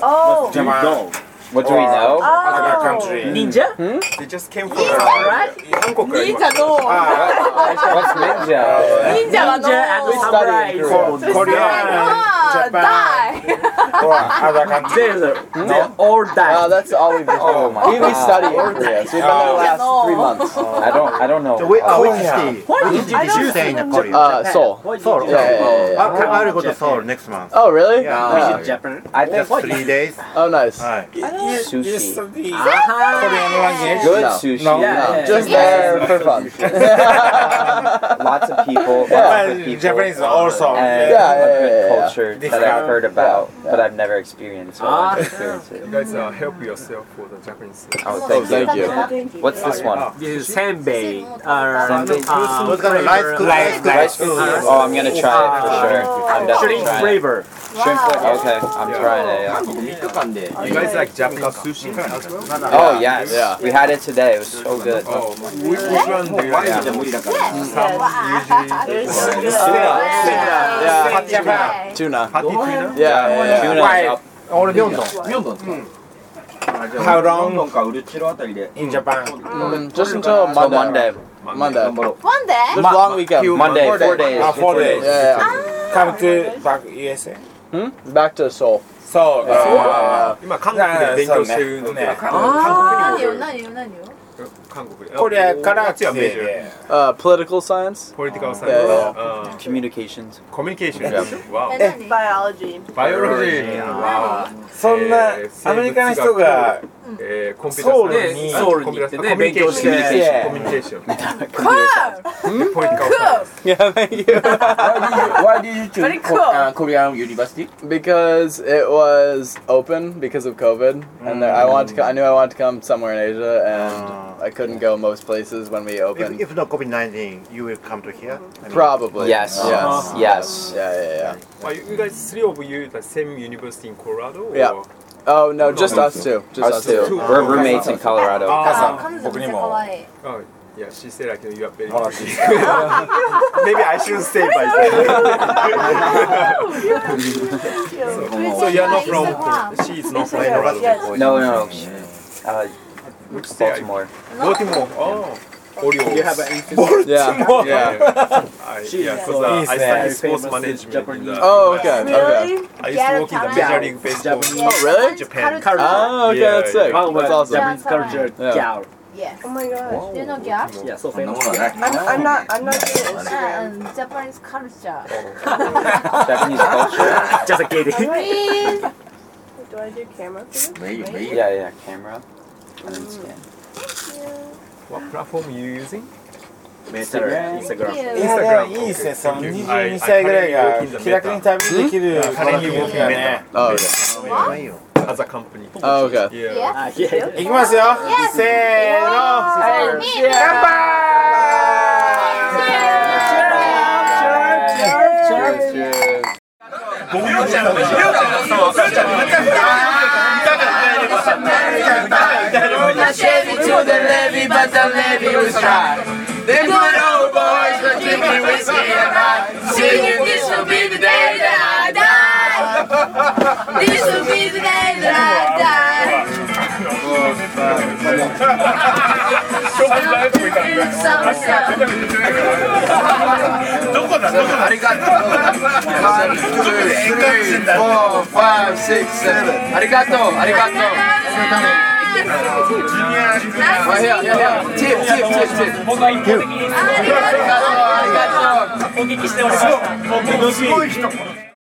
G: Oh.
B: ジャパン
I: What do we know?
B: other country
O: 忍者
I: Hmm?
C: They just came from
G: Ninja, right?
C: 韓国から今
G: Ninja どう
K: Ah, [laughs]
I: What's ninja?
G: 忍者はど
O: samurai.
G: う
B: Korean,
C: [laughs]
G: Ah, die!
B: or other country
O: There's a they're all
K: Wow,
I: Ah,
O: die.
K: that's all we've been
I: Oh
K: doing.
I: my
K: We, we
I: God.
K: study in Korea, so we've been there the last three months.
I: I don't. I don't know.
A: So wait, uh,
I: Oh,
A: which city? Which city did you stay in Korea?
K: Uh, Seoul.
A: Seoul.
K: Yeah, yeah, yeah, yeah.
A: I, I will go to Seoul next month.
K: Oh, really?
I: Uh,
A: Yeah.
K: Yeah.
O: Japan.
I: I think
A: Three days.
K: Oh, nice.
A: Hi.
I: sushi.
P: Uh-huh.
K: Good
I: Good
K: No.
I: sushi.
K: No,
O: Yeah.
K: just there for fun.
I: [laughs] Lots of people. Lots of
B: But
I: people.
B: Japanese also
I: and
K: Yeah, yeah,
I: a good
K: yeah, Ah. yeah, yeah.
I: culture that I've heard about, but I I've never experienced. So I'll experience it.
C: You guys uh, help yourself for the Japanese. Ah.
I: Oh, thank, you. What's this one?
P: This is senbei. Uh,
I: Senbei.
P: uh,
I: What's that? Rice
P: flavor.
I: cooker? Rice cooker. Oh, I'm gonna try it for sure. I'm definitely
P: Ah. Shrimp
I: trying it.
P: flavor.
I: Shrimp flavor. Okay, I'm trying it. Yeah.
C: You guys like Japanese sushi?
I: Oh yes, we had it today. It was so good. Oh,
C: Which one do you like?
I: Yeah.
K: Yeah. Tuna. Yeah, yeah, yeah.
I: Why?
B: All the
E: How long? In Japan.
K: Just until
I: Till
K: Monday.
I: Monday.
K: Monday.
G: One day?
K: There's long weekend.
I: Monday, four days.
B: Ah, four days.
K: Yeah, yeah.
B: Come to back USA.
K: Hmm? Back to Seoul.
B: そう。
K: あ
C: 今韓国で勉強してるので、
G: 何よ何よ何よ
C: 韓国
B: これから
C: こっちはメジャーで
K: Uh, political science.
C: Political science.
K: Yeah,
I: Communications.
C: コミュニケーション
N: And
C: Eh.
N: then biology.
C: バイオロジー。
B: そんなアメリカの人が
C: えー、コンピューター
B: ソウルに
C: サイエンス
B: ソウ
P: ルに行ってね
C: コミュニケーション
B: 勉強して
C: コミュニケーション。
E: Cool.
K: Yeah, thank you.
E: Why did you choose
N: cool.
E: uh, Korean university?
K: Because it was open because of COVID, and there, I wanted to. co- I knew I wanted to come somewhere in Asia, and I couldn't go most places when we opened.
A: If, if not COVID 19, you will come to here? I mean-
K: Probably.
I: Yes.
K: Yes.
I: Yes.
K: Yeah. Yeah.
C: Well, you you guys, three of you, the same university in Colorado? Or?
K: Yeah. Yeah. Oh no, just us two. Just
I: Us two. We're roommates in Colorado.
G: 彼女めっちゃ可愛い
C: Ah. Oh, yeah, she said I can, you are very
E: Oh,
C: [laughs] Maybe I should stay by So oh, you're not from, she is not from Colorado.
I: No, no, no. Uh, Baltimore.
C: Baltimore. Oh. Orioles. You have an
K: Yeah. Yeah.
C: I, yeah, because uh, I studied sports management. uh, In the,
K: Oh, okay. Okay.
C: I used to work in the major league baseball.
K: Oh, really?
C: Japan.
K: Oh, okay.
C: Yeah,
K: That's sick.
P: Oh, well,
K: That's awesome.
P: Japanese culture.
K: Yeah.
P: Yeah.
G: Yes.
N: Oh my god.
G: Do you know Gap?
P: Yeah, so famous.
N: I'm, I'm not. I'm not good at Instagram.
G: And Japanese culture.
I: Japanese culture.
P: Just a kidding.
G: Please.
N: Do I do camera for this?
I: Yeah, yeah. Camera. And then scan.
C: What platform you using?
I: Instagram. Instagram.
B: いやでもいいですね、その22歳ぐらいが気楽に旅できるこの気分がね。
K: Oh, okay.
C: As a company.
K: Oh, okay.
C: Yeah.
P: Ah, yeah.
B: いきますよ、せーの、乾杯
N: This will be the day that
E: Arigato.
P: お聞きしておりました。